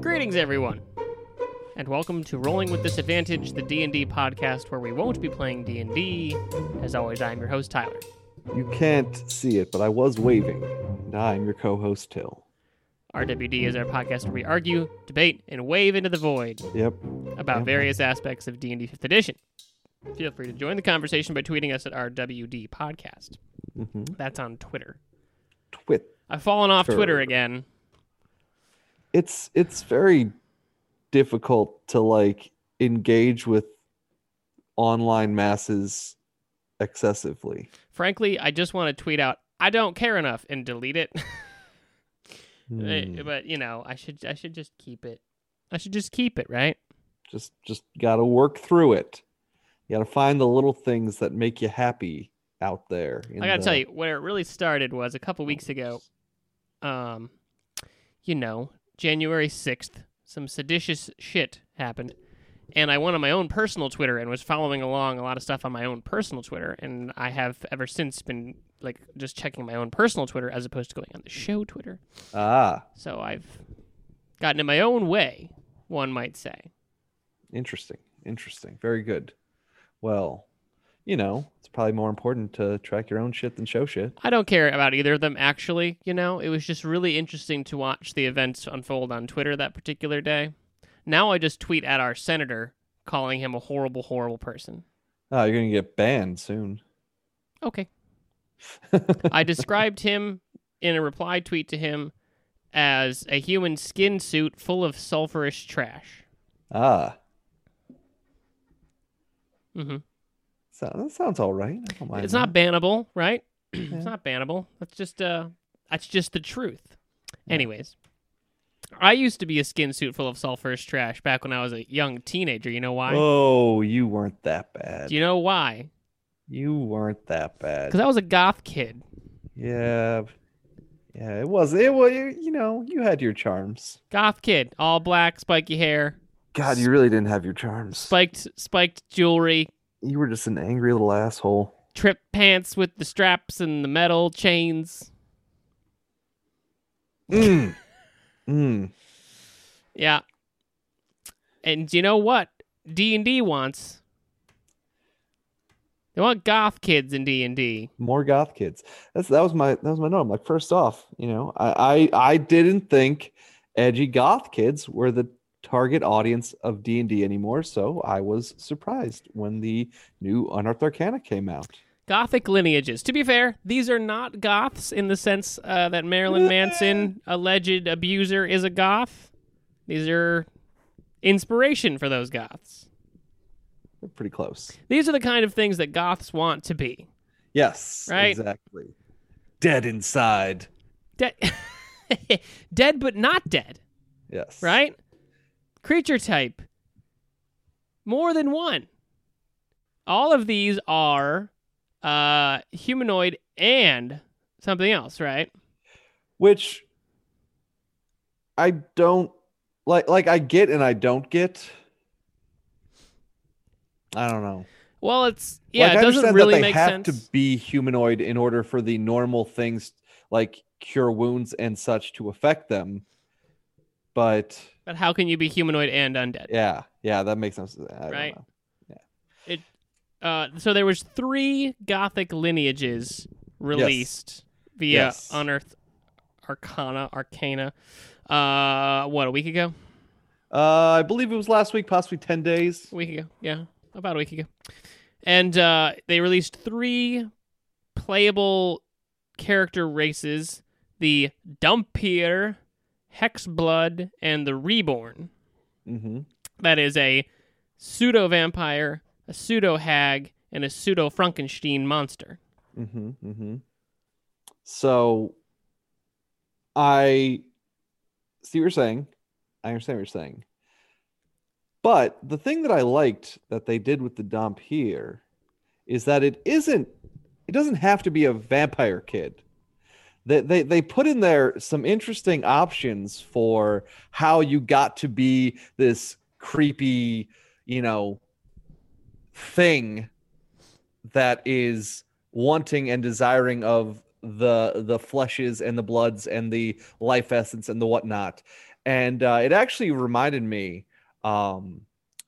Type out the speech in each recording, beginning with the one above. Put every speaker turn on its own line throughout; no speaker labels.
Greetings, everyone, and welcome to Rolling with Disadvantage, the D&D podcast where we won't be playing D&D. As always, I'm your host, Tyler.
You can't see it, but I was waving. And I'm your co host, Till.
RWD is our podcast where we argue, debate, and wave into the void
Yep.
about
Yep.
various aspects of D&D 5th Edition. Feel free to join the conversation by tweeting us at RWD Podcast.
hmm
That's on Twitter.
Twit.
I've fallen off
Sure.
Twitter again.
It's it's very difficult to like engage with online masses excessively.
Frankly, I just want to tweet out, I don't care enough, and delete it. Eh,
Hmm.
But, you know, I should I should just keep it. I should just keep it, right?
Just just gotta work through it. You gotta find the little things that make you happy out there. in
I gotta
the-
tell you, where it really started was a couple weeks ago. Um, you know, January sixth, some seditious shit happened, and I went on my own personal Twitter and was following along a lot of stuff on my own personal Twitter, and I have ever since been like just checking my own personal Twitter as opposed to going on the show Twitter.
Ah,
So I've gotten in my own way, one might say.
interesting. Interesting. Very good. Well, you know, it's probably more important to track your own shit than show shit.
I don't care about either of them actually, you know. It was just really interesting to watch the events unfold on Twitter that particular day. Now I just tweet at our senator calling him a horrible horrible person.
Oh, you're gonna get banned soon.
Okay. I described him in a reply tweet to him as a human skin suit full of sulfurous trash.
ah,
Mhm.
so that sounds all right. I don't mind
It's
that.
not bannable, right?
Yeah.
It's not bannable. That's just uh that's just the truth. Anyways, I used to be a skin suit full of sulfurous trash back when I was a young teenager. You know why?
Oh, you weren't that bad.
Do
You...
you know why?
weren't that bad.
Because I was a goth kid.
Yeah, yeah. It was. It was. You, you know, you had your charms.
Goth kid, all black, spiky hair,
God, you really didn't have your charms.
spiked spiked jewelry,
You were just an angry little asshole.
trip pants with the straps and the metal chains.
Mm. mm.
Yeah. And you know what? D and D wants. They want goth kids in D and D.
More goth kids. That's that was my that was my norm. Like first off, you know, I I, I didn't think edgy goth kids were the target audience of D&D anymore, so I was surprised when the new Unearthed Arcana came out.
Gothic lineages. To be fair, these are not goths in the sense uh, that Marilyn Manson, alleged abuser, is a goth. These are inspiration for those goths.
They're pretty close.
These are the kind of things that goths want to be.
Yes,
Right.
exactly. Dead inside.
Dead, dead but not dead,
Yes.
right? Creature type. More than one. All of these are uh, humanoid and something else, right?
Which I don't like like I get and I don't get. I don't know.
Well, it's yeah,
like,
it
I
doesn't
understand
really
that they
make
have
sense.
to be humanoid in order for the normal things like cure wounds and such to affect them. But
But how can you be humanoid and undead?
yeah, yeah, that makes sense. I don't
Right.
know.
Uh, so there was three gothic lineages released via
Yes.
Unearthed Arcana Arcana. Uh, what a week ago?
Uh, I believe it was last week, possibly ten days.
A week ago? Yeah, about a week ago. And uh, they released three playable character races: the Dumpier, Hexblood, and the Reborn.
Mm-hmm.
that is a pseudo vampire, a pseudo hag, and a pseudo Frankenstein monster.
Mm-hmm. Mm-hmm. So I see what you're saying. I understand what you're saying. But the thing that I liked that they did with the dump here is that it isn't it doesn't have to be a vampire kid. They, they, they put in there some interesting options for how you got to be this creepy, you know, thing that is wanting and desiring of the the fleshes and the bloods and the life essence and the whatnot, and uh, it actually reminded me um,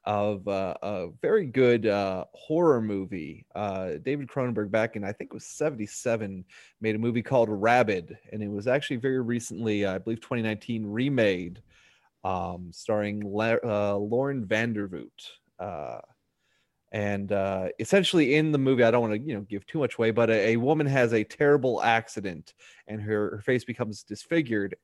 of uh, a very good uh, horror movie. Uh, David Cronenberg back in I think it was '77 made a movie called Rabid, and it was actually very recently, uh, I believe 2019, remade, um, starring La- uh, Lauren Vandervoot. Uh, and uh, essentially in the movie i don't want to you know give too much away but a, a woman has a terrible accident and her, her face becomes disfigured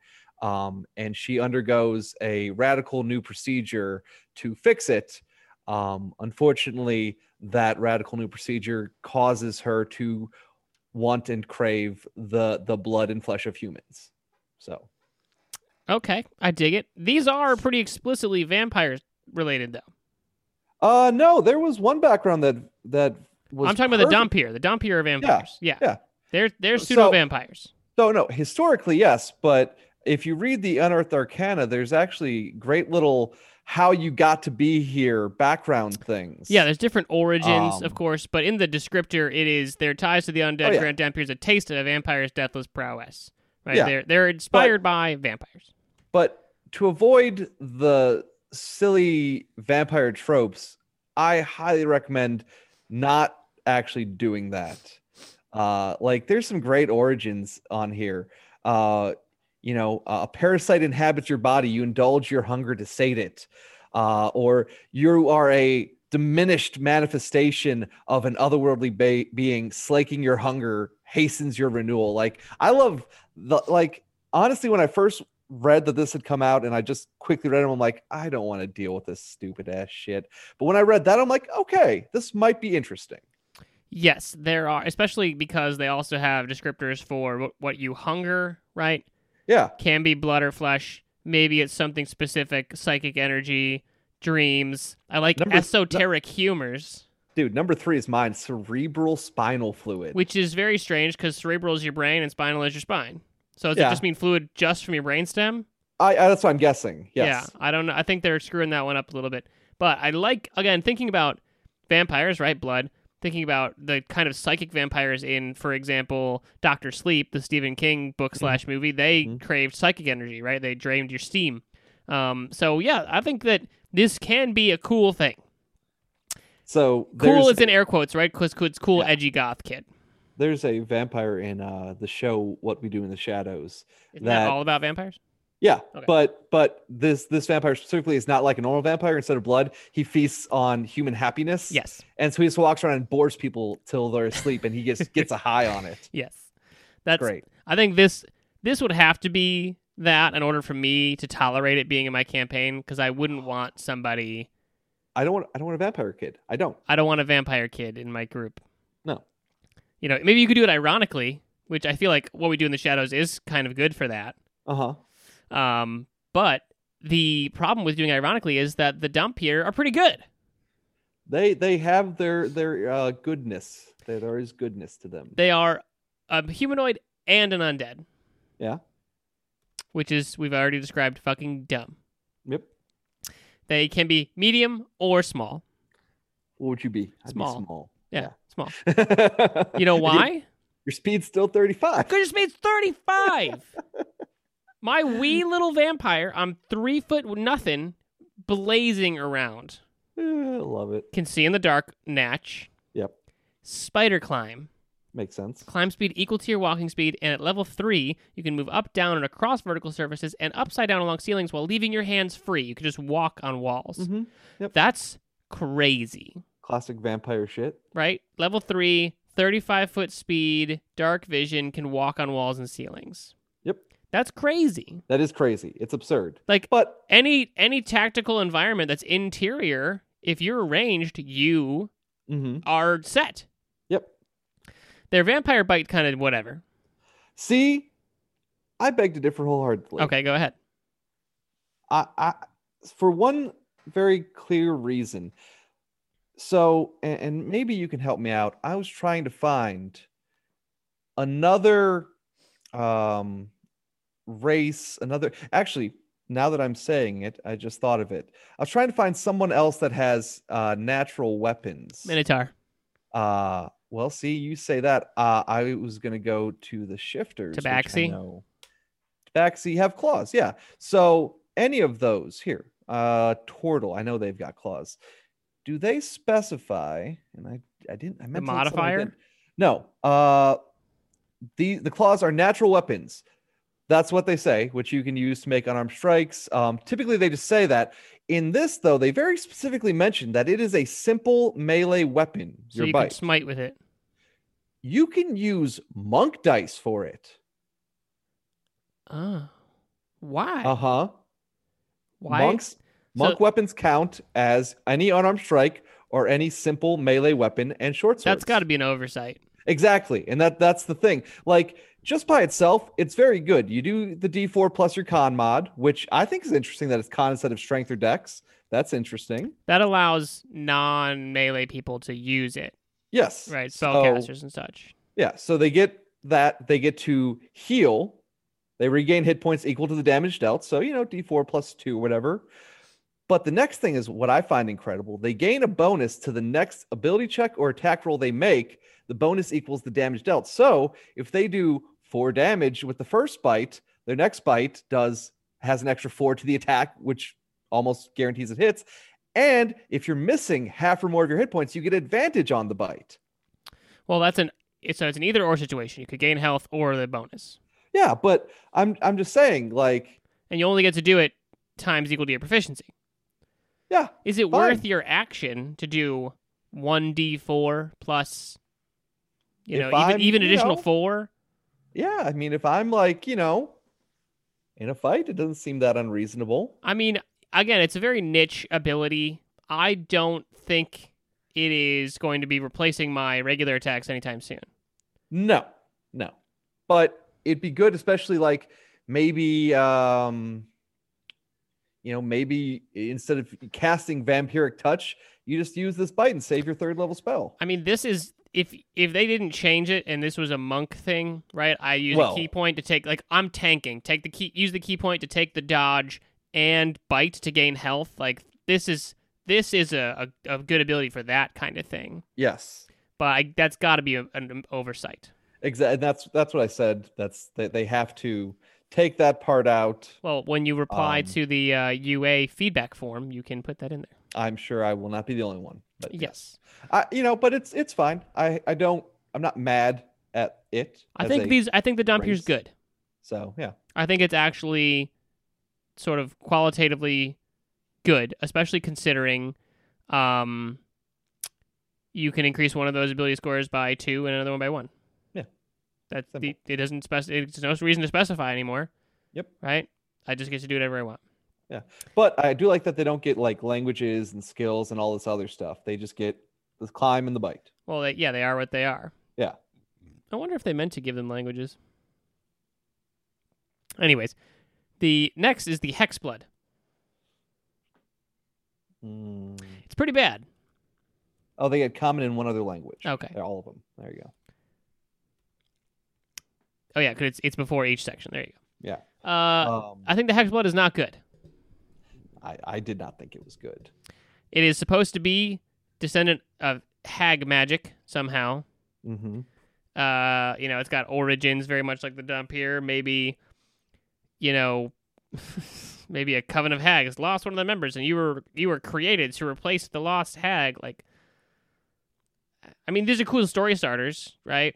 um, and she undergoes a radical new procedure to fix it um, unfortunately that radical new procedure causes her to want and crave the the blood and flesh of humans so
Okay, I dig it. These are pretty explicitly vampire related, though.
uh no there was one background that that was
I'm talking about the
perfect-
Dompier. The Dompier are vampires. Yeah.
yeah.
They're they're
So-
pseudo vampires.
No, no. Historically, yes, but if you read the Unearthed Arcana, there's actually great little how you got to be here background things.
Yeah, there's different origins, of
Um,
course, but in the descriptor, it is their ties to the undead
Oh, yeah.
grant Dampiers a taste of a vampire's deathless prowess. Right?
Yeah.
They're they're inspired by vampires.
But to avoid the silly vampire tropes, I highly recommend not actually doing that. Uh, like, there's some great origins on here. Uh, you know, a parasite inhabits your body, you indulge your hunger to sate it. Uh, or you are a diminished manifestation of an otherworldly ba- being, slaking your hunger hastens your renewal. Like, I love the, like, honestly, when I first read that this had come out and I just quickly read them. I'm like, I don't want to deal with this stupid ass shit. But when I read that, I'm like, okay, this might be interesting.
Yes, there are, especially because they also have descriptors for what, what you hunger, right?
Yeah.
Can be blood or flesh. Maybe it's something specific, psychic energy, dreams. I like
Number-
esoteric humors.
Dude, number three is mine cerebral spinal fluid.
which is very strange because cerebral is your brain and spinal is your spine. So does it
Yeah.
just mean fluid just from your brainstem?
I, I, that's what I'm guessing. Yes.
Yeah, I don't know. I think they're screwing that one up a little bit. But I like again thinking about vampires, right? Blood. Thinking about the kind of psychic vampires in, for example, Doctor Sleep, the Stephen King book
Mm-hmm.
slash movie. They
Mhm.
craved psychic energy, right? They drained your steam. Um, so yeah, I think that this can be a cool thing.
So
Cool
there's,
is in air quotes, right? Because it's cool,
Yeah.
edgy goth kid.
there's a vampire in uh, the show What We Do in the Shadows.
Isn't that,
That-
all about vampires?
Yeah,
Okay.
but but this this vampire specifically is not like a normal vampire. Instead of blood, he feasts on human happiness.
Yes.
and so he just walks around and bores people till they're asleep, and he just gets a high on it.
Yes. That's
Great.
I think this this would have to be that in order for me to tolerate it being in my campaign because I wouldn't want somebody.
I don't want. I don't want a vampire kid. I don't.
I don't want a vampire kid in my group.
No.
You know, maybe you could do it ironically, which I feel like what we do in the shadows is kind of good for that.
Uh huh.
Um, but the problem with doing it ironically is that the dump here are pretty good.
They they have their their uh, goodness. There there is goodness to them.
They are a humanoid and an undead.
Yeah.
Which is we've already described fucking dumb.
Yep.
They can be medium or small.
What would you be? I'd
Small.
Be small.
Yeah,
Yeah.
small.
you
You know why?
Your speed's still thirty five.
Because it's made 35. My wee little vampire, I'm three foot nothing, blazing around.
Eh, Love it.
Can see in the dark, natch.
Yep.
Spider climb.
Makes sense.
Climb speed equal to your walking speed, and at level three, you can move up, down, and across vertical surfaces and upside down along ceilings while leaving your hands free. You can just walk on walls.
Mhm.
That's crazy.
Classic vampire shit.
right? Level 3, 35 foot speed, dark vision, can walk on walls and ceilings.
Yep.
That's crazy.
That is crazy. It's absurd.
Like-
but
Any any tactical environment that's interior, if you're ranged, you
mhm.
are set.
yep.
Their vampire bite kind of whatever.
See, I beg to differ wholeheartedly.
Okay, go ahead.
I, I for one very clear reason. So, a- and, maybe you can help me out. I was trying to find another um, race, another. Actually, now that I'm saying it, I just thought of it. I was trying to find someone else that has uh, natural weapons.
Minotaur.
Uh, Well, see, you say that. Uh, I was going to go to the shifters. which I
Tabaxi?
know- Tabaxi have claws. Yeah. So any of those here, uh, Tortle, I know they've got claws. Do they specify? And I, I didn't. I meant to look something I
modifier?
didn't. No. Uh, the the claws are natural weapons. That's what they say, which you can use to make unarmed strikes. Um, typically, they just say that. In this, though, they very specifically mention that it is a simple melee weapon.
So
your
you
bite
can smite with it.
you can use monk dice for it.
Oh. Why?
Uh huh.
Why?
Monks, monk weapons count as any unarmed strike or any simple melee weapon and short swords.
That's got to be an oversight.
exactly, and that that's the thing. Like just by itself, it's very good. You do the D4 plus your con mod, which I think is interesting that it's con instead of strength or dex. That's interesting.
That allows non melee people to use it,
Yes.
right?
So-
Spellcasters and such.
Yeah, so they get that they get to heal. They regain hit points equal to the damage dealt. So, you know, d4 plus 2 whatever. But the next thing is what I find incredible. They gain a bonus to the next ability check or attack roll they make. The bonus equals the damage dealt. So, if they do 4 damage with the first bite, their next bite does has an extra 4 to the attack, which almost guarantees it hits. And if you're missing half or more of your hit points, you get advantage on the bite.
Well, that's an it's so it's an either or situation. You could gain health or the bonus,
Yeah, but I'm I'm just saying, like,
and you only get to do it times equal to your proficiency.
yeah,
Is it
Fine.
worth your action to do one d four plus? You know,
If
even
I'm,
even
you
additional
know-
four.
yeah. I mean, if I'm like, you know, in a fight, it doesn't seem that unreasonable.
I mean, again, it's a very niche ability. I don't think it is going to be replacing my regular attacks anytime soon.
No, no. But it'd be good, especially like maybe um you know, maybe instead of casting vampiric touch, you just use this bite and save your third level spell.
I mean, this is if if they didn't change it and this was a monk thing, right? I use
Well-
a key point to take like I'm tanking, take the key use the key point to take the dodge and bite to gain health. Like this is this is a a, a good ability for that kind of thing.
Yes.
But I, that's got to be a, an um, oversight.
Exactly. That's that's what I said. That's that they have to take that part out.
Well, when you reply
Um,
to the uh, UA feedback form, you can put that in there.
I'm sure I will not be the only one. But
Yes.
I, you know, but it's it's fine. I I don't. I'm not mad at it.
I
as
think
a-
these I think the Dompier's
race.
good.
So yeah,
I think it's actually sort of qualitatively good, especially considering um, you can increase one of those ability scores by two and another one by one.
Yeah.
That's the,
Simple.
it doesn't specify. It's no reason to specify anymore.
Yep.
Right. I just get to do whatever I want.
but I do like that they don't get like languages and skills and all this other stuff. They just get the climb and the bite.
Well, they, yeah, they are what they are.
Yeah.
I wonder if they meant to give them languages. Anyways, the next is the hex blood.
Mm.
It's pretty bad.
Oh, they get common in one other language.
Okay.
They're all of them. There you go.
Oh yeah, because it's it's before each section. There you go.
Yeah.
Uh,
um,
I think the hex blood is not good.
I I did not think it was good.
It is supposed to be descendant of hag magic somehow.
Mm-hmm.
Uh, you know, it's got origins very much like the dump here. Maybe, you know, maybe a coven of hags lost one of the members, and you were you were created to replace the lost hag. Like, I mean, these are cool story starters, right?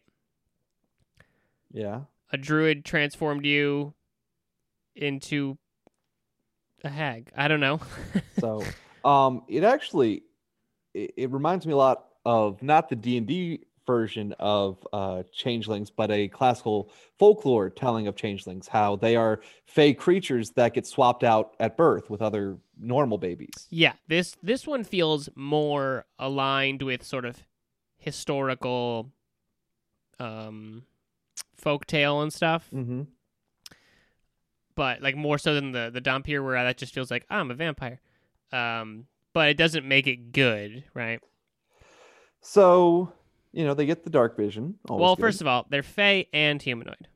Yeah.
A druid transformed you into a hag. I don't know.
So, um, it actually it, it reminds me a lot of not the D and D version of uh, changelings, but a classical folklore telling of changelings, how they are fey creatures that get swapped out at birth with other normal babies.
Yeah, this this one feels more aligned with sort of historical um folktale and stuff,
Mm-hmm.
but like more so than the the Dompier where that just feels like "Ah, I'm a vampire. Um but it doesn't make it good, right?
So, you know, they get the dark vision. always
well,
good.
first of all, they're fey and humanoid,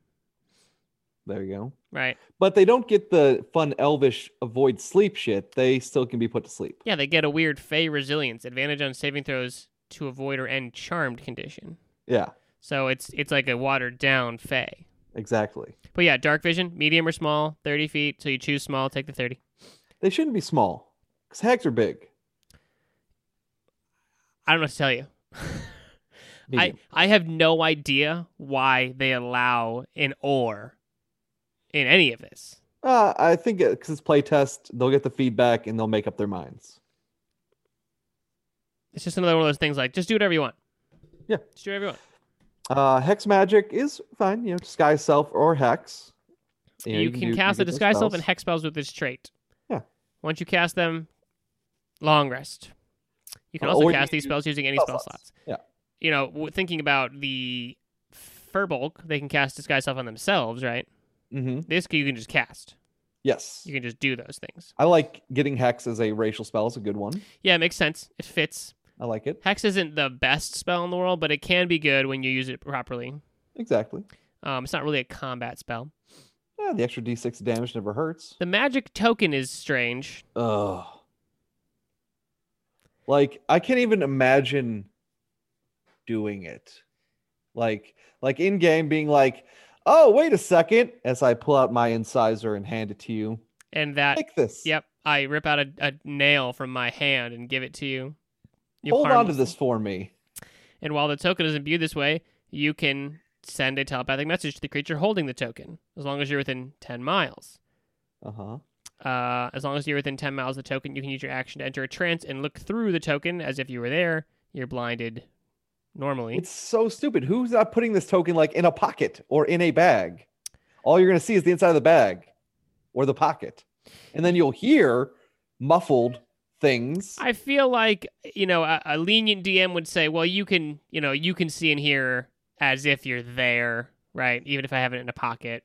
there you go.
right?
But they don't get the fun elvish avoid sleep shit. They still can be put to sleep.
Yeah, they get a weird fey resilience advantage on saving throws to avoid or end charmed condition.
Yeah,
So it's it's like a watered down Fey.
exactly.
But yeah, dark vision, medium or small, thirty feet. So you choose small, take the thirty.
They shouldn't be small because hags are big.
I don't know what to tell you. I,
Medium.
I have no idea why they allow an or in any of this.
Uh, I think because it's playtest, they'll get the feedback and they'll make up their minds.
It's just another one of those things like just do whatever you want.
Yeah.
Just do whatever you want.
Uh, hex magic is fine. You know, disguise self or hex. You, know,
you,
do-
can cast
do
a
those
disguise self and
spells.
hex spells with this trait.
Yeah.
Once you cast them, long rest. You can
Uh,
also
or you
cast
can
these
use
spells using any spell
spell
slots.
slots. Yeah.
You know, w- thinking about the Furbolg, they can cast disguise self on themselves, right?
Mhm.
This you can just cast.
Yes,
You can just do those things.
I like getting hex as a racial spell. is a good one.
Yeah, it makes sense. It fits.
I like it
Hex isn't the best spell in the world, but it can be good when you use it properly.
exactly.
Um, it's not really a combat spell.
Yeah, the extra d6 damage never hurts.
The magic token is strange.
Ugh. Like I can't even imagine doing it. Like like in game being like, "Oh, wait a second, as I pull out my incisor and hand it to you.
And that
Take this.
Yep, I rip out a, a nail from my hand and give it to you. You
Hold on to
harmless-
this for me."
And while the token is imbued this way, you can send a telepathic message to the creature holding the token, as long as you're within 10 miles.
Uh-huh.
Uh, as long as you're within 10 miles of the token, you can use your action to enter a trance and look through the token as if you were there. You're blinded normally.
It's so stupid. Who's not putting this token like in a pocket or in a bag? All you're going to see is the inside of the bag or the pocket. And then you'll hear muffled things.
I feel like, you know, a, a lenient DM would say, well, you can, you know, you can see and hear as if you're there, right? Even if I have it in a pocket.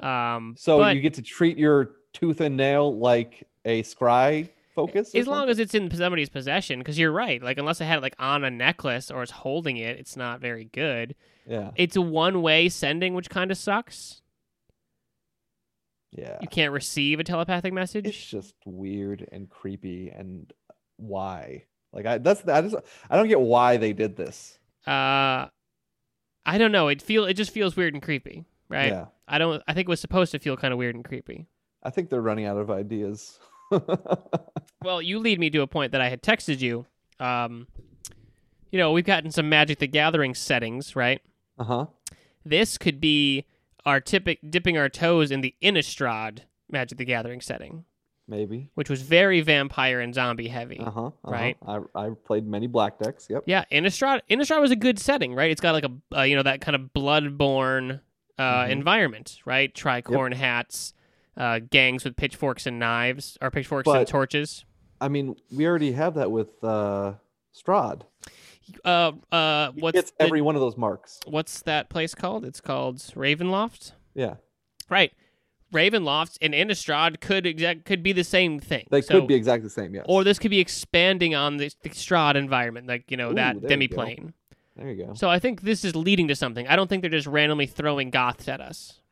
Um,
So
but-
you get to treat your tooth and nail like a scry focus. or
as long
something?
as it's in somebody's possession because you're right like unless i had it like on a necklace or it's holding it it's not very good
yeah,
it's a one way sending which kind of sucks
yeah,
you can't receive a telepathic
it's
message
just weird and creepy. And why? Like I, that's I just I don't get why they did this.
uh i don't know it feel it just feels weird and creepy right
Yeah,
i don't i think it was supposed to feel kind of weird and creepy
I think they're running out of ideas. Uh-huh.
well you lead me to a point that i had texted you um you know we've gotten some magic the gathering settings right
Uh huh.
this could be our tipi- dipping our toes in the Innistrad Magic the Gathering setting,
Maybe.
which was very vampire and zombie heavy.
Uh huh. Uh-huh.
Right.
I I played many black decks. Yep.
Yeah, Innistrad. Innistrad was a good setting, right? It's got like a uh, you know that kind of bloodborne uh,
Mhm.
environment, right? Tricorn hats, uh, gangs with pitchforks and knives, or pitchforks and
But-
torches.
I mean, we already have that with uh Strahd.
Uh, uh,
He
what's
gets
the-
every one of those marks.
what's that place called? It's called Ravenloft,
Yeah,
right? Ravenloft and Innistrad could exact could be the same thing.
they
So-
could be exactly the same. Yes.
or this could be expanding on the, the Strahd environment, like you know
Ooh,
that
there you go.
demiplane.
there you go.
So I think this is leading to something. I don't think they're just randomly throwing goths at us.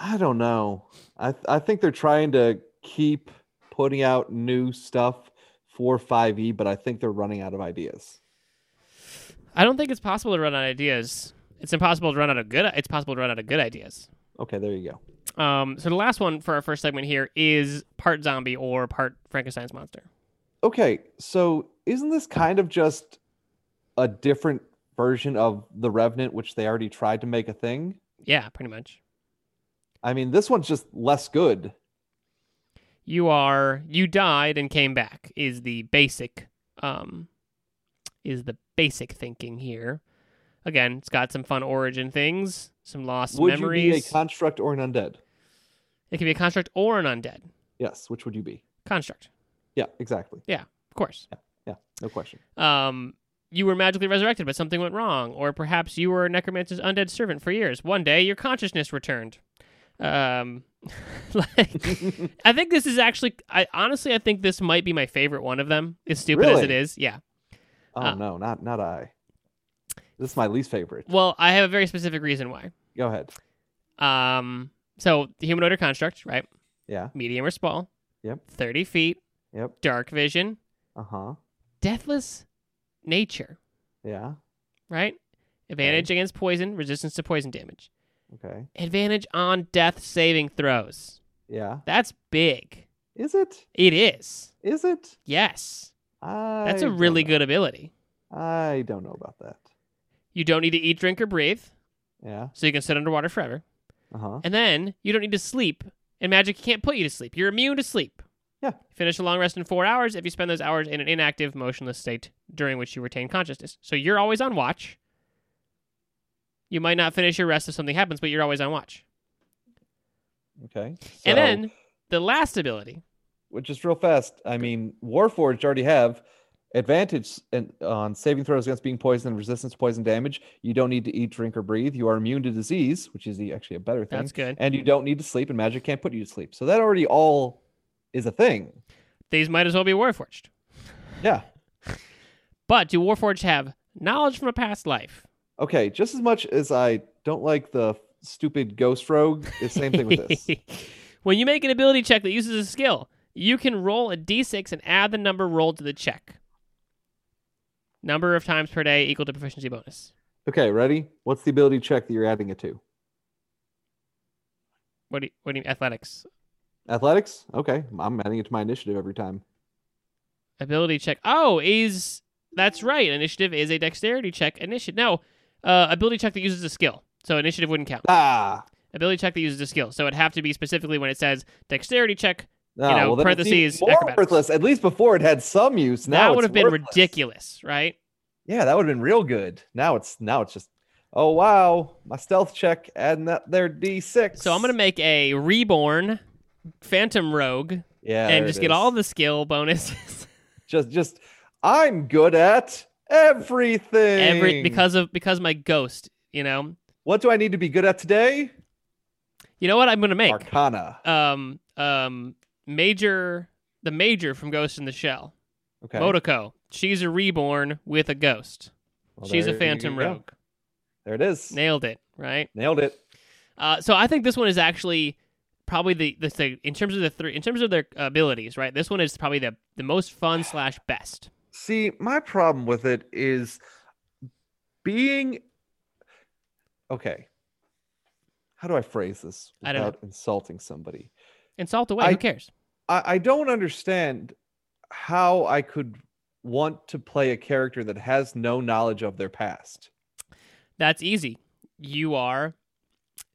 I don't know. I th- I think they're trying to keep putting out new stuff for 5e, but I think they're running out of ideas.
I don't think it's possible to run out of ideas. It's impossible to run out of good. It's possible to run out of good ideas.
Okay, there you go.
Um, so the last one for our first segment here is part zombie or part Frankenstein's monster.
Okay, so isn't this kind of just a different version of the Revenant, which they already tried to make a thing?
Yeah, pretty much.
I mean, this one's just less good.
You are you died and came back is the basic um is the basic thinking here. Again, it's got some fun origin things, some lost
would you be a
memories.
construct or an undead?
It can be a construct or an undead.
Yes, which would you be?
Construct,
Yeah, exactly.
of course.
No question.
Um, you were magically resurrected, but something went wrong, or perhaps you were a necromancer's undead servant for years. One day, your consciousness returned. Um, like, I think this is actually, I honestly, I think this might be my favorite one of them. As stupid as it
Really?
is, yeah.
Oh
Uh,
no, not not I. This is my least favorite.
Well, I have a very specific reason why.
Go ahead.
Um, so the humanoid or construct, right?
Yeah.
Medium or small.
Yep.
Thirty feet.
Yep.
Dark vision.
Uh huh.
Deathless nature.
Yeah.
right? Advantage against poison, resistance to poison damage.
Okay.
Advantage on death saving throws.
Yeah.
That's big.
Is it?
It is.
Is it?
Yes.
I
That's a
don't
really
know.
good ability.
I don't know about that.
You don't need to eat, drink, or breathe,
Yeah.
so you can sit underwater forever.
Uh huh.
And then you don't need to sleep, and magic can't put you to sleep. You're immune to sleep.
Yeah.
Finish a long rest in four hours if you spend those hours in an inactive, motionless state during which you retain consciousness. So you're always on watch. You might not finish your rest if something happens, but you're always on watch.
Okay. So-
and then the last ability.
which is real fast. I mean, Warforged already have advantage and on saving throws against being poisoned and resistance to poison damage. You don't need to eat, drink, or breathe. You are immune to disease, which is the- actually a better thing.
That's good.
And you don't need to sleep, and magic can't put you to sleep. So that already all is a thing.
These might as well be Warforged.
Yeah.
But do Warforged have knowledge from a past life?
Okay. Just as much as I don't like the stupid ghost rogue, it's same thing with this.
when you make an ability check that uses a skill, you can roll a d6 and add the number rolled to the check. Number of times per day equal to proficiency bonus.
Okay. Ready? What's the ability check that you're adding it to?
What do you, what do you, athletics
Athletics? Okay. I'm adding it to my initiative every time.
ability check? Oh, is that's right. Initiative is a dexterity check. Initiative no, uh, ability check that uses a skill. So initiative wouldn't count.
Ah.
Ability check that uses a skill. So it'd have to be specifically when it says dexterity check.
No,
know,
well, then it's even
parentheses,
more
acrobatics.
worthless. At least before it had some use. Now
that would
it's
have been
worthless.
ridiculous, right?
Yeah, that would have been real good. Now it's now it's just, oh wow, my stealth check adding that there D six.
So I'm gonna make a reborn phantom rogue
yeah, there
and
it
just get
is.
all the skill bonuses.
just just I'm good at everything.
Every because of because my ghost, you know.
what do I need to be good at today?
You know what I'm gonna make?
Arcana.
Um um major the major from Ghost in the Shell.
Okay,
Motoko. She's a reborn with a ghost.
Well,
She's a
there
phantom
you go.
rogue.
There it is.
Nailed it, right?
Nailed it.
Uh, so I think this one is actually probably the, the, the in terms of the three in terms of their abilities, right? This one is probably the the most fun slash best.
See, my problem with it is being okay. How do I phrase this
I don't know.
without insulting somebody?
Insult away,
I-
who cares?
I, I don't understand how I could want to play a character that has no knowledge of their past.
That's easy. You are,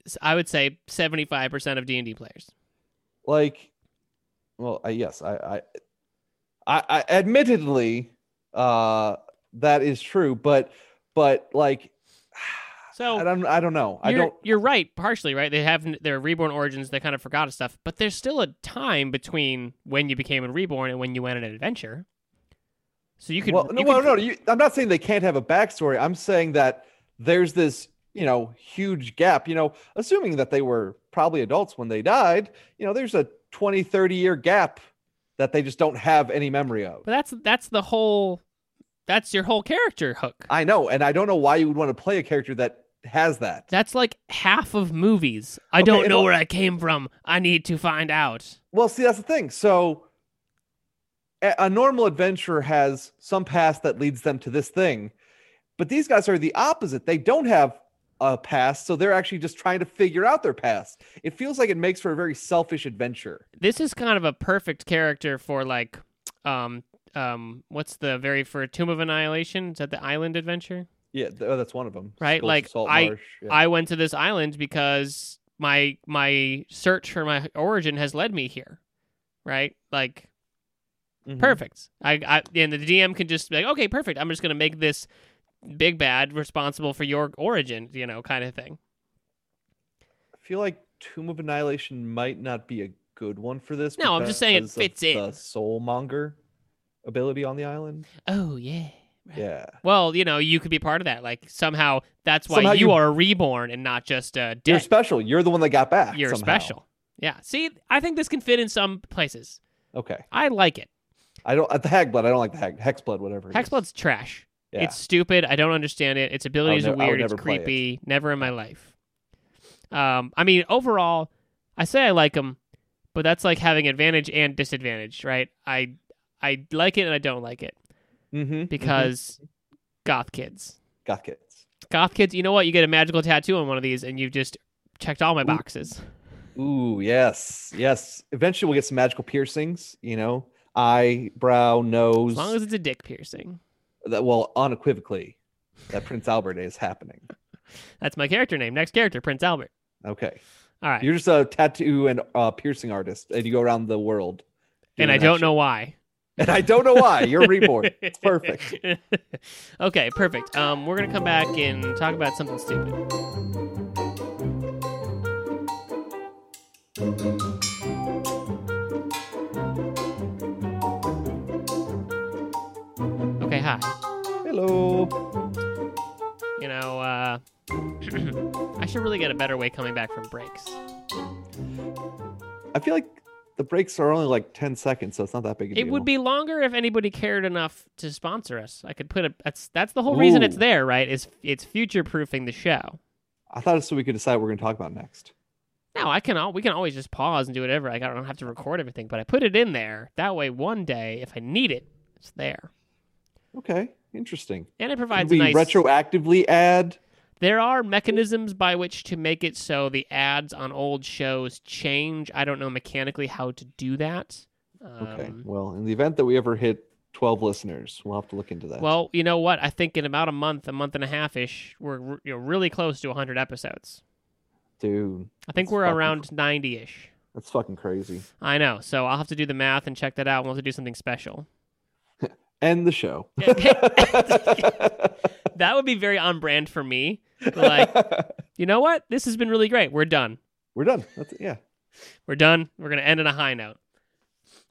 s- I would say, seventy five percent of D and D players.
Like, well, I, yes, I, I, I, I admittedly, uh, that is true, but, but like,
So
I don't, I don't know. I
Oh. you're,
don't.
You're right, partially right. They have n- their reborn origins. They kind of forgot stuff, but there's still a time between when you became a reborn and when you went on an adventure. So you could.
well, no,
you
well,
could-
no. You, I'm not saying they can't have a backstory. I'm saying that there's this, you know, huge gap. You know, assuming that they were probably adults when they died. You know, there's a 20, 30 year gap that they just don't have any memory of.
But that's that's the whole. That's your whole character hook.
I know, and I don't know why you would want to play a character that has that.
that's like half of movies. I
Okay,
don't
and
know
al-
where I came from. I need to find out.
Well, see, that's the thing. So. A a normal adventurer has some past that leads them to this thing, but these guys are the opposite. They don't have a past, so they're actually just trying to figure out their past. It feels like it makes for a very selfish adventure.
this is kind of a perfect character for like um um what's the very for tomb of annihilation is that the island adventure
Yeah, th- oh, that's one of them.
Right,
Schools of
like,
Salt
I-
Marsh, yeah.
i went to this island because my my search for my origin has led me here right like
Mhm.
perfect i i and the dm can just be like okay perfect i'm just gonna make this big bad responsible for your origin you know kind of thing
I feel like Tomb of Annihilation might not be a good one for this.
No, I'm just saying it
because of
fits in.
the soulmonger ability on the island.
oh yeah Right.
Yeah,
well you know you could be part of that like somehow that's why
Somehow
you,
you-
are a reborn and not just a
you're
dead
special. You're the one that got back.
you're
somehow.
special. Yeah. See, I think this can fit in some places.
Okay,
I like it.
I don't at the Hagblood. I don't like the hag, Hexblood, whatever. it is.
Hexblood's trash.
Yeah.
It's stupid. I don't understand it. Its abilities are
I would ne- I would
weird. It's
never play it.
creepy. Never in my life. Um, I mean, overall, I say I like them, but that's like having advantage and disadvantage, right? I I like it and I don't like it
Mhm, mhm.
because goth kids.
Goth kids.
Goth kids, you know what? You get a magical tattoo on one of these, and you've just checked all my boxes.
Ooh, yes, yes. Eventually, we'll get some magical piercings. You know, eye, brow, nose.
As long as it's a dick piercing,
that, well, unequivocally, that Prince Albert is happening.
that's my character name. Next character, Prince Albert.
Okay,
All right,
you're just a tattoo and uh, piercing artist, and you go around the world.
and
doing
I
that
don't
shit.
know why.
and I don't know why. Uh, You're reborn. It's perfect.
okay, perfect. Um, we're gonna come back and talk about something stupid. Okay, hi.
Hello.
You know, uh, I should really get a better way coming back from breaks.
I feel like the breaks are only like ten seconds, so it's not that big. A
It
deal.
would be longer if anybody cared enough to sponsor us. I could put a. That's that's the whole reason it's
Ooh.
there, right? Is it's future proofing the show.
I thought it's so we could decide what we're going to talk about next.
No, I can. Al- we can always just pause and do whatever. Like I don't have to record everything, but I put it in there. That way, one day, if I need it, it's there,
Okay, interesting.
and it
Could
provides a
we
nice.
retroactively add?
there are mechanisms by which to make it so the ads on old shows change. I don't know mechanically how to do that. Um,
Okay. well, in the event that we ever hit twelve listeners, we'll have to look into that.
Well, you know what? I think in about a month, a month and a half ish, we're re- you know, really close to 100 episodes.
dude,
I think
That's
we're
fucking
around 90 ish.
that's fucking crazy.
I know. So I'll have to do the math and check that out. We'll have to do something special.
End the show.
That would be very on brand for me. Like, you know what? This has been really great. We're done.
we're done. That's it. Yeah.
We're done. We're gonna end on a high note.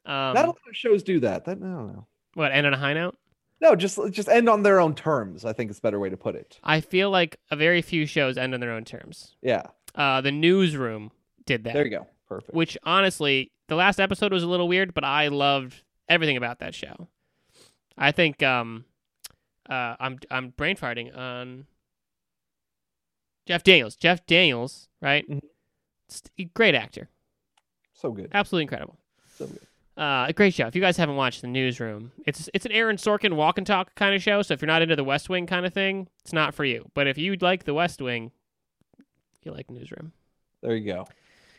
Um,
Not a lot of shows do that. That I don't know.
what end on a high note?
No, just just end on their own terms. I think it's a better way to put it.
I feel like a very few shows end on their own terms.
Yeah.
Uh, the newsroom did that,
There you go. Perfect.
which honestly, the last episode was a little weird, but I loved everything about that show. I think um, uh, I'm I'm brain farting on Jeff Daniels. Jeff Daniels, right?
Mhm.
St- Great actor,
so good.
absolutely incredible.
So good.
Uh, a great show. If you guys haven't watched The Newsroom, it's it's an Aaron Sorkin walk and talk kind of show. So if you're not into The West Wing kind of thing, it's not for you. But if you like The West Wing, you like Newsroom.
There you go.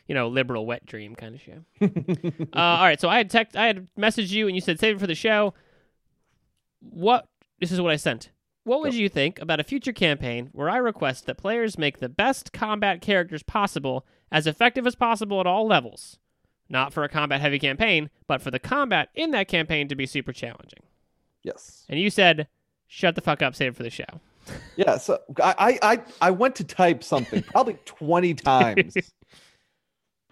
You know, liberal wet dream kind of show. uh, all right, so I had text, I had messaged you, and you said save it for the show. What? This is what I sent. What would
Go.
you think about a future campaign where I request that players make the best combat characters possible, as effective as possible at all levels? Not for a combat heavy campaign, but for the combat in that campaign to be super challenging.
yes.
And you said, shut the fuck up, save it for the show.
Yeah, so I I I- I went to type something probably twenty times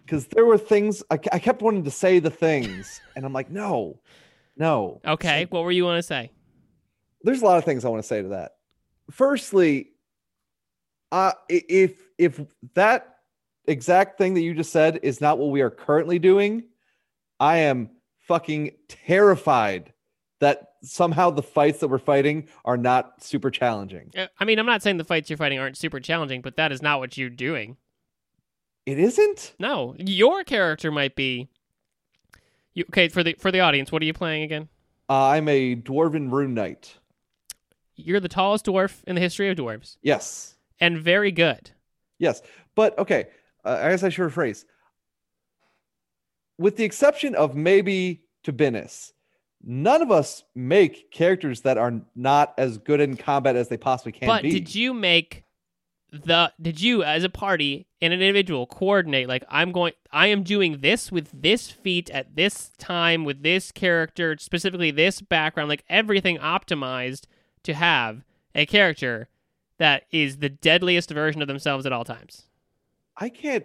because there were things I, ke- I kept wanting to say the things, and I'm like, no, no.
Okay,
So
what were you want to say?
there's a lot of things I want to say to that. Firstly, uh, i- if if that exact thing that you just said is not what we are currently doing, I am fucking terrified that somehow the fights that we're fighting are not super challenging.
Uh, I mean, I'm not saying the fights you're fighting aren't super challenging, but that is not what you're doing.
It isn't.
No, your character might be. You, okay, for the for the audience, what are you playing again?
Uh, I'm a dwarven rune knight.
You're the tallest dwarf in the history of dwarves,
Yes,
and very good.
yes. But okay, uh, I guess I should rephrase. With the exception of maybe Tabinis, none of us make characters that are not as good in combat as they possibly can
but
be.
did you make the? Did you, as a party and an individual, coordinate like I'm going? I am doing this with this feat at this time with this character, specifically this background, like everything optimized to have a character that is the deadliest version of themselves at all times.
I can't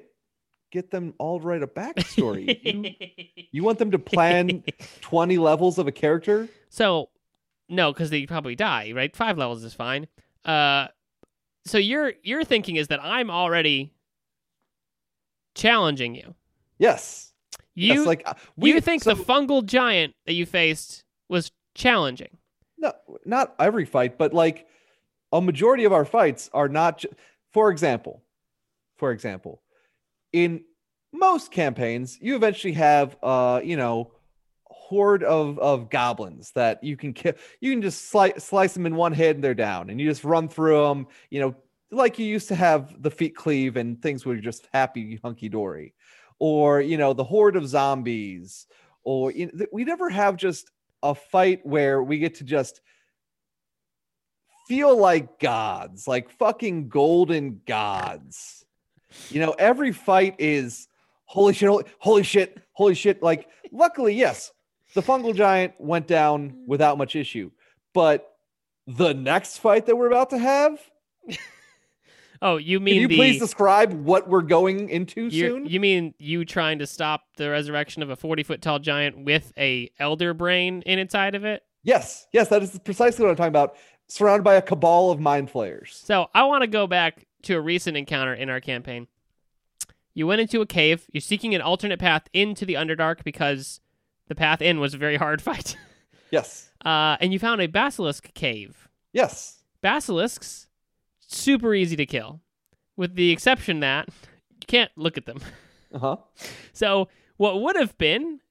get them all to write a backstory. you, you want them to plan 20 levels of a character?
So, no, because they probably die, right? Five levels is fine. Uh, so your your thinking is that I'm already challenging you.
Yes.
You
yes, like uh, we
you think
so-
the fungal giant that you faced was challenging?
no, not every fight, but like a majority of our fights are not. Ju- for example, for example, in most campaigns, you eventually have, uh, you know, horde of of goblins that you can kill. You can just slice slice them in one hit and they're down, and you just run through them. You know, like you used to have the feet cleave and things were just happy hunky dory, or you know the horde of zombies, or you know, th- we never have just a fight where we get to just feel like gods, like fucking golden gods. You know, every fight is holy shit, holy, holy shit, holy shit. Like, luckily, yes, the fungal giant went down without much issue, but the next fight that we're about to have,
Oh, you
can
mean
you
the
please describe what we're going into
you're-
soon?
you mean you trying to stop the resurrection of a forty foot tall giant with a elder brain in inside of it?
yes, yes, that is precisely what I'm talking about. Surrounded by a cabal of mind flayers.
So I want to go back to a recent encounter in our campaign. You went into a cave. You're seeking an alternate path into the Underdark because the path in was a very hard fight.
Yes,
Uh, and you found a basilisk cave.
yes.
Basilisks, super easy to kill, with the exception that you can't look at them.
Uh huh.
So what would have been,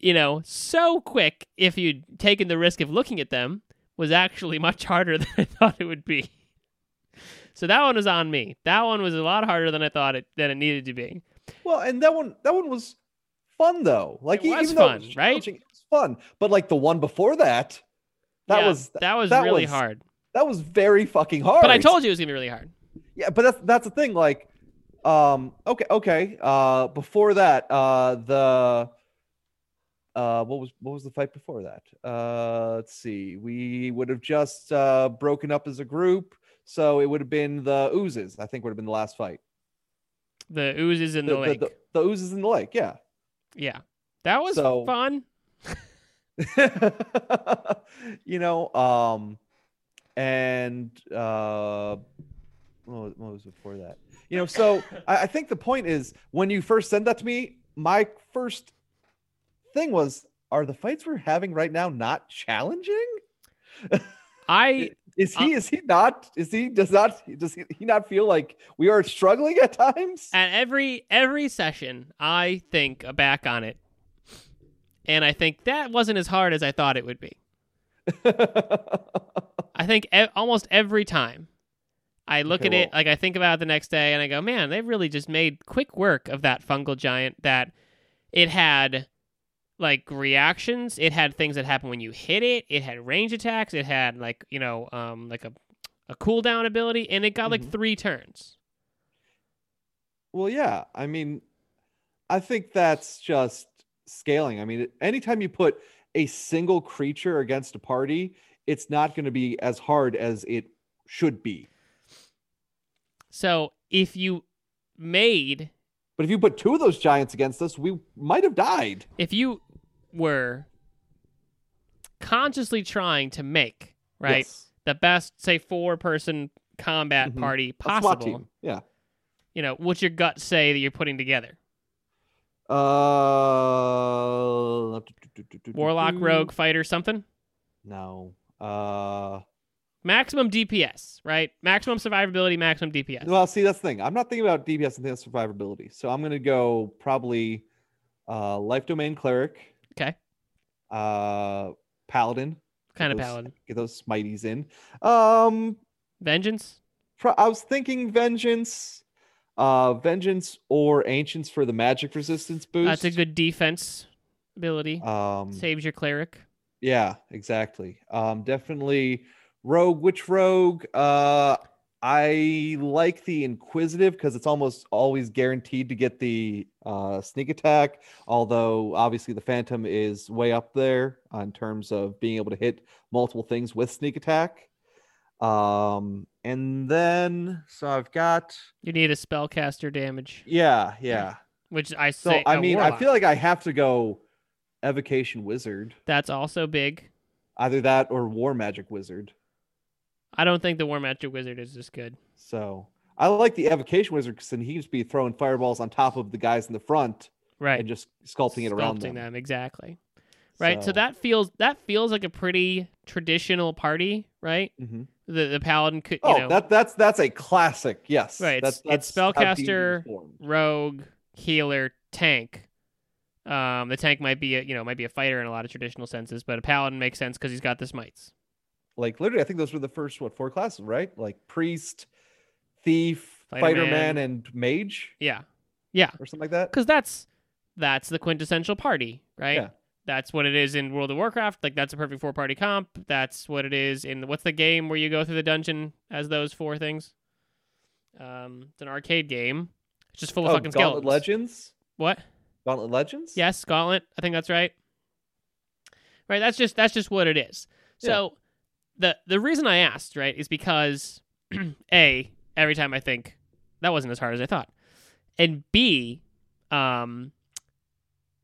you know, so quick if you'd taken the risk of looking at them was actually much harder than I thought it would be. So that one was on me. That one was a lot harder than I thought it than it needed to be.
Well, and that one that one was fun though. Like
It
e-
was
even though
fun,
was
right?
challenging, It was fun, but like the one before that, that
Yeah,
was
that was
that
really
was
hard.
that was very fucking hard.
But I told you it was gonna be really hard.
yeah, but that's that's the thing. Like, um, okay, okay. Uh, before that, uh, the uh, what was what was the fight before that? Uh, let's see. We would have just uh broken up as a group, so it would have been the oozes. I think would have been the last fight.
The oozes in the, lake.
the, the oozes in the lake. Yeah.
yeah, that was
So-
fun.
you know um and uh what was, what was before that you know so I, I think the point is when you first send that to me my first thing was are the fights we're having right now not challenging
I
is he is he not is he does not does he, he not feel like we are struggling at times
at every every session I think back on it, and I think that wasn't as hard as I thought it would be. I think e- almost every time I look
Okay,
at it,
well-
like I think about it the next day, and I go, "Man, they really just made quick work of that fungal giant." That it had like reactions, it had things that happen when you hit it, it had range attacks, it had like you know, um, like a a cooldown ability, and it got like
Mhm.
three turns.
Well, yeah. I mean, I think that's just scaling. I mean, it- anytime you put a single creature against a party, it's not going to be as hard as it should be.
So if you made
But if you put two of those giants against us, we might have died.
if you were consciously trying to make right
Yes.
the best say four person combat
Mhm.
party
A SWAT
possible
team. Yeah.
you know what's your gut say that you're putting together
Uh,
warlock
Mm-hmm.
rogue fighter something
No. Uh,
maximum dps right maximum survivability maximum dps
well, see, that's the thing. I'm not thinking about DPS and thinking about survivability. So I'm going to go probably uh, life domain cleric.
Okay.
Uh, paladin.
kind of
those-
paladin
Get those smites in. Um,
vengeance
pro- I was thinking vengeance, uh, vengeance or ancients for the magic resistance boost.
that's a good defense ability
Um,
saves your cleric
yeah, exactly. Um, definitely rogue. Which rogue? Uh, I like the inquisitive because it's almost always guaranteed to get the uh, sneak attack. Although obviously the phantom is way up there uh, in terms of being able to hit multiple things with sneak attack. Um, and then so I've got
you need a spellcaster damage
yeah, yeah.
which i
So
say
I
a
mean, I
warlock.
feel like I have to go evocation wizard,
that's also big
either that or war magic wizard.
i don't think the war magic wizard is this good
So I like the evocation wizard because then he can just be throwing fireballs on top of the guys in the front
right
and just sculpting it around them.
exactly right so. that feels that feels like a pretty traditional party right
Mhm.
the the paladin could you
Oh,
know
that that's that's a classic. Yes,
Right, it's-
That's,
it's
that's how D&D was
spellcaster,
formed.
rogue healer tank Um, the tank might be a, you know might be a fighter in a lot of traditional senses, but a paladin makes sense because he's got this mites.
Like literally, I think those were the first what four classes, right? Like priest, thief,
Fighter
fighter
man.
man, and mage
Yeah,
or something like that.
because that's that's the quintessential party, right?
Yeah.
That's what it is in World of Warcraft. Like that's a perfect four party comp. That's what it is in what's the game where you go through the dungeon as those four things. Um, it's an arcade game. It's just full of
Oh,
fucking
Gauntlet
skeletons.
Legends.
What?
Gauntlet Legends.
Yes, Gauntlet. I think that's right. Right. That's just that's just what it is. So the the reason I asked right is because a every time I think that wasn't as hard as I thought, and b um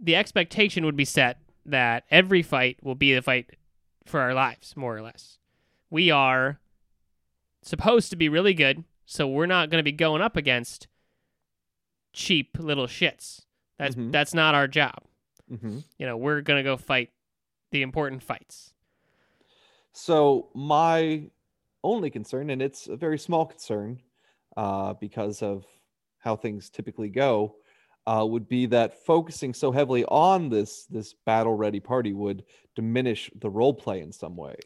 the expectation would be set that every fight will be the fight for our lives more or less. We are supposed to be really good, so we're not going to be going up against cheap little shits. That's
Mhm.
that's not our job
hmm
you know, we're gonna go fight the important fights.
So my only concern, and it's a very small concern, uh, because of how things typically go, uh, would be that focusing so heavily on this this battle ready party would diminish the role play in some way.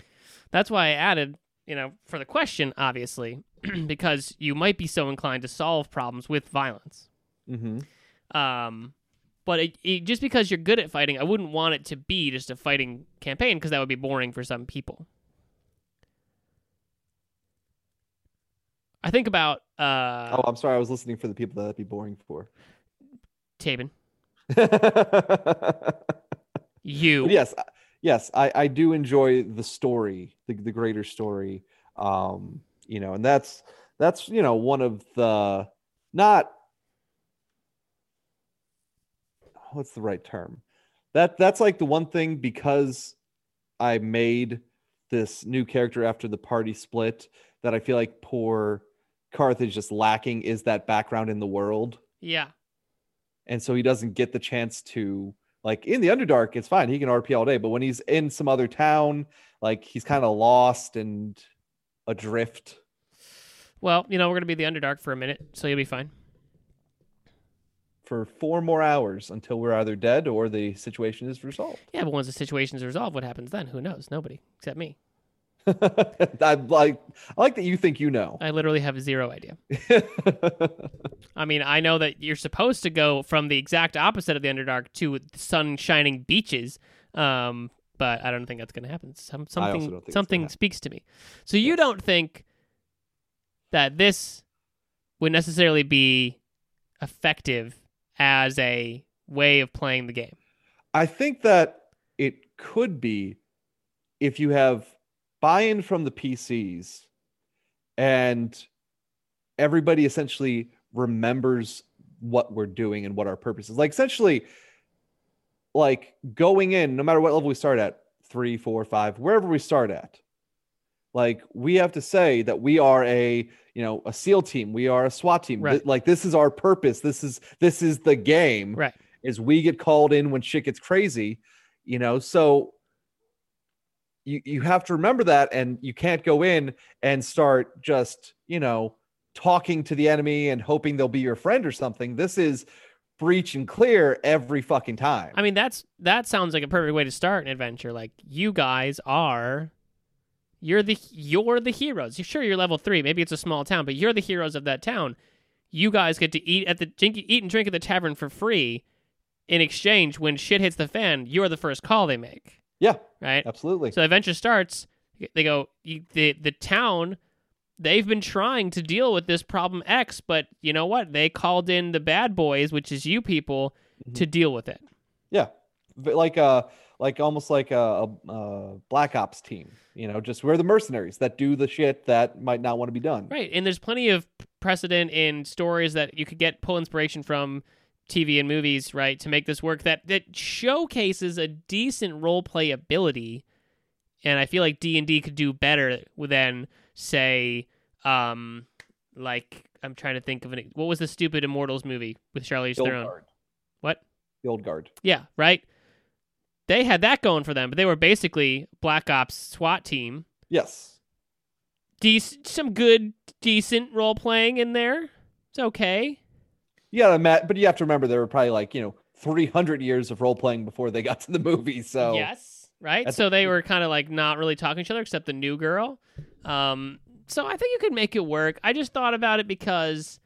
That's why I added, you know, for the question, obviously, because you might be so inclined to solve problems with violence.
Mm-hmm.
Um, but it, it, just because you're good at fighting, I wouldn't want it to be just a fighting campaign because that would be boring for some people. I think about uh,
oh, I'm sorry, I was listening for the people that'd be boring for.
Taven.
But
You,
yes, I- yes, I, I do enjoy the story, the, the greater story. Um, you know, and that's that's you know one of the not what's the right term that that's like the one thing because i made this new character after the party split that i feel like poor carthage just lacking is that background in the world
yeah,
and so he doesn't get the chance to like in the underdark it's fine he can rp all day but when he's in some other town like he's kind of lost and adrift
well, you know, we're gonna be the Underdark for a minute, so you'll be fine.
for four more hours until we're either dead or the situation is resolved
Yeah, but once the situation's resolved, what happens then? Who knows? Nobody except me.
i like i like that you think you know
I literally have zero idea. I mean, I know that you're supposed to go from the exact opposite of the Underdark to sun shining beaches, um, but I don't think that's going to happen. Some,
also
something
don't think it's gonna
something
happen.
speaks to me. So you don't think that this would necessarily be effective as a way of playing the game?
i think that it could be if you have buy-in from the pcs and everybody essentially remembers what we're doing and what our purpose is. Like essentially, like going in, no matter what level we start at, three, four, five, wherever we start at, like we have to say that we are a you know a SEAL team, we are a SWAT team. Th-
Right.
like this is our purpose. This is this is the game.
Right.
Is we get called in when shit gets crazy, you know. So you you have to remember that, and you can't go in and start just you know talking to the enemy and hoping they'll be your friend or something. This is breach and clear every fucking time.
I mean, that's that sounds like a perfect way to start an adventure. Like you guys are, you're the you're the heroes. You Sure, you're level three. Maybe it's a small town, but you're the heroes of that town. You guys get to eat at the drink, eat and drink at the tavern for free. In exchange, when shit hits the fan, you're the first call they make.
yeah,
Right.
absolutely.
So the adventure starts. They go you, the the town. They've been trying to deal with this problem X, but you know what? They called in the bad boys, which is you people, to deal with it.
yeah, but like uh like almost like a, a, a black ops team. You know, just we're the mercenaries that do the shit that might not want to be done.
Right, and there's plenty of precedent in stories that you could get pull inspiration from TV and movies, right, to make this work that that showcases a decent role play ability. And I feel like D and D could do better than say, um, like I'm trying to think of an e, what was the stupid Immortals movie with Charlize
The old
Theron?
guard.
What?
The old guard.
Yeah, right. They had that going for them, but they were basically Black Ops SWAT team.
Yes.
Dec- some good, decent role playing in there. It's okay.
Yeah, Matt, but you have to remember there were probably like, you know, 300 years of role playing before they got to the movie. So
yes, right.
That's-
So they were kind of like not really talking to each other except the new girl. Um, so I think you could make it work. I just thought about it because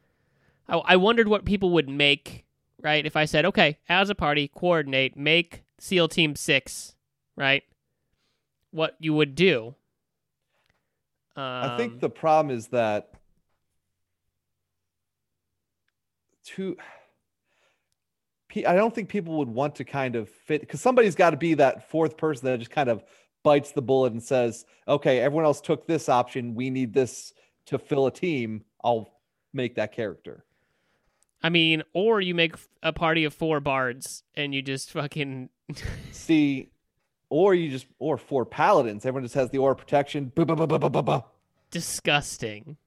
I, I wondered what people would make. Right, if I said, okay, as a party, coordinate, make SEAL Team Six, right? What you would do? Um,
I think the problem is that two P- I don't think people would want to kind of fit because somebody's got to be that fourth person that just kind of bites the bullet and says, okay, everyone else took this option. We need this to fill a team. I'll make that character.
I mean, or you make f- a party of four bards and you just fucking
See, or you just, or four paladins. Everyone just has the aura protection. Buh, buh, buh, buh, buh, buh, buh.
disgusting.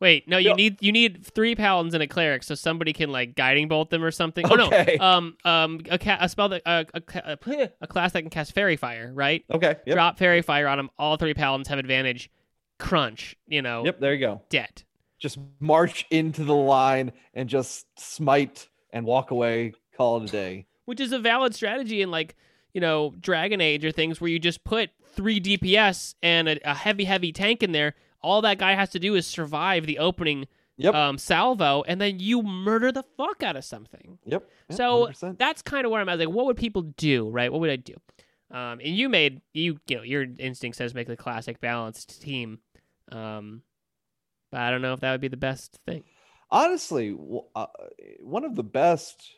Wait, no, you
No.
need you need three paladins and a cleric, so somebody can like guiding bolt them or something.
Okay.
Oh no, um, um, a, ca- a spell that uh, a, ca- a, a class that can cast fairy fire, right?
Okay. Yep.
Drop fairy fire on them. All three paladins have advantage. Crunch, you know,
Yep. There you go.
debt.
just march into the line and just smite and walk away, call it a day.
which is a valid strategy in like you know Dragon Age or things where you just put three DPS and a, a heavy heavy tank in there. All that guy has to do is survive the opening
Yep.
um, salvo, and then you murder the fuck out of something.
Yep. yep,
So
100%.
That's kind of where I'm at. Like, what would people do, right? What would I do? Um, and you made you you know your instinct says make the classic balanced team, um, but I don't know if that would be the best thing.
honestly, w- uh, one of the best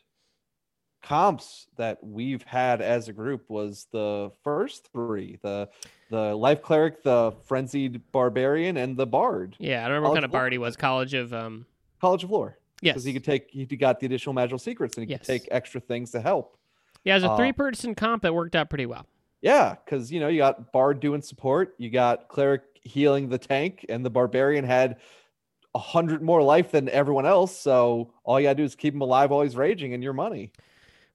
comps that we've had as a group was the first three: the the life cleric, the frenzied barbarian, and the bard.
Yeah, I don't remember what
College
kind of
of Law.
party was. College of um,
College of Lore,
yes,
because he could take he got the additional magical secrets and he
Yes.
could take extra things to help.
yeah, it was a
uh,
three person comp that worked out pretty well.
Yeah, because you know you got Bard doing support, you got cleric healing the tank, and the barbarian had a hundred more life than everyone else. So all you gotta do is keep him alive while he's raging, and your money.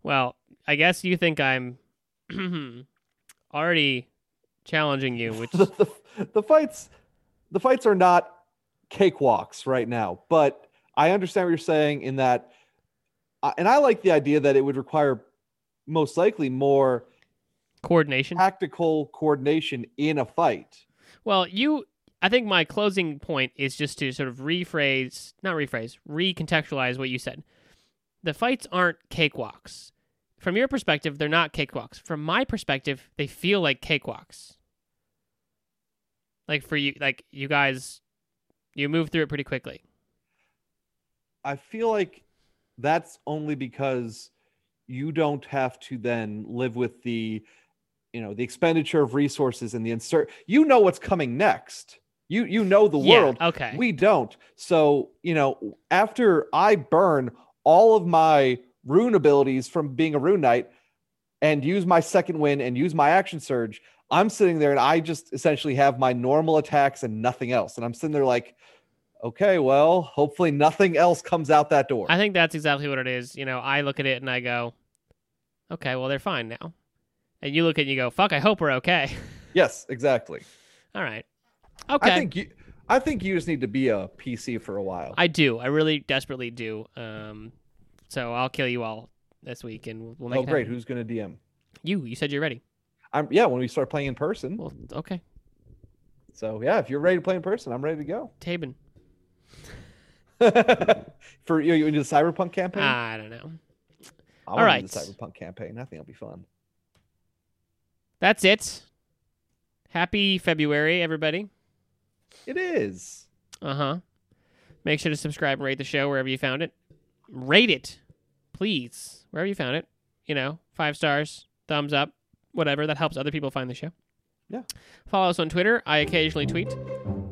Well, I guess you think I'm already challenging you, which
the, the, the fights, the fights are not cakewalks right now, but I understand what you're saying in that, I- and I like the idea that it would require most likely more
coordination.
tactical coordination in a fight.
Well, you I think my closing point is just to sort of rephrase, not rephrase, recontextualize what you said. The fights aren't cakewalks. From your perspective, they're not cakewalks. From my perspective, they feel like cakewalks. Like for you like you guys you move through it pretty quickly.
I feel like that's only because you don't have to then live with the you know the expenditure of resources and the insert you know what's coming next you you know the
Yeah,
world
Okay.
we don't so you know after i burn all of my rune abilities from being a rune knight and use my second win and use my action surge i'm sitting there and i just essentially have my normal attacks and nothing else and i'm sitting there like okay well hopefully nothing else comes out that door
I think that's exactly what it is. You know, I look at it and I go, okay, well, they're fine now. And you look at it and you go, fuck, I hope we're okay.
yes exactly
All right. Okay.
i think you i think you just need to be a pc for a while
I do. I really desperately do. Um, so I'll kill you all this week and we'll, we'll make
oh
it
great
happen.
who's gonna dm
You, you said you're ready.
i'm yeah when we start playing in person
Well, okay.
so yeah if you're ready to play in person i'm ready to go
Taben.
for you you into the cyberpunk campaign?
I don't know.
I
all
wanna do
right.
the cyberpunk campaign. I think it'll be fun.
That's it. Happy February, everybody.
It is.
Uh huh. Make sure to subscribe and rate the show wherever you found it. Rate it, please, wherever you found it. You know, five stars, thumbs up, whatever. That helps other people find the show.
Yeah.
Follow us on Twitter. I occasionally tweet.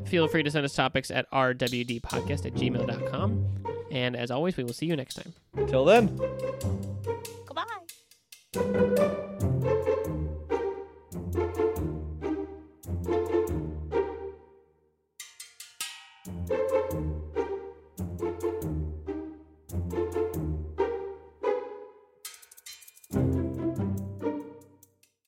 Feel free to send us topics at rwdpodcast at gmail.com. And as always, we will see you next time.
Till then.
Goodbye.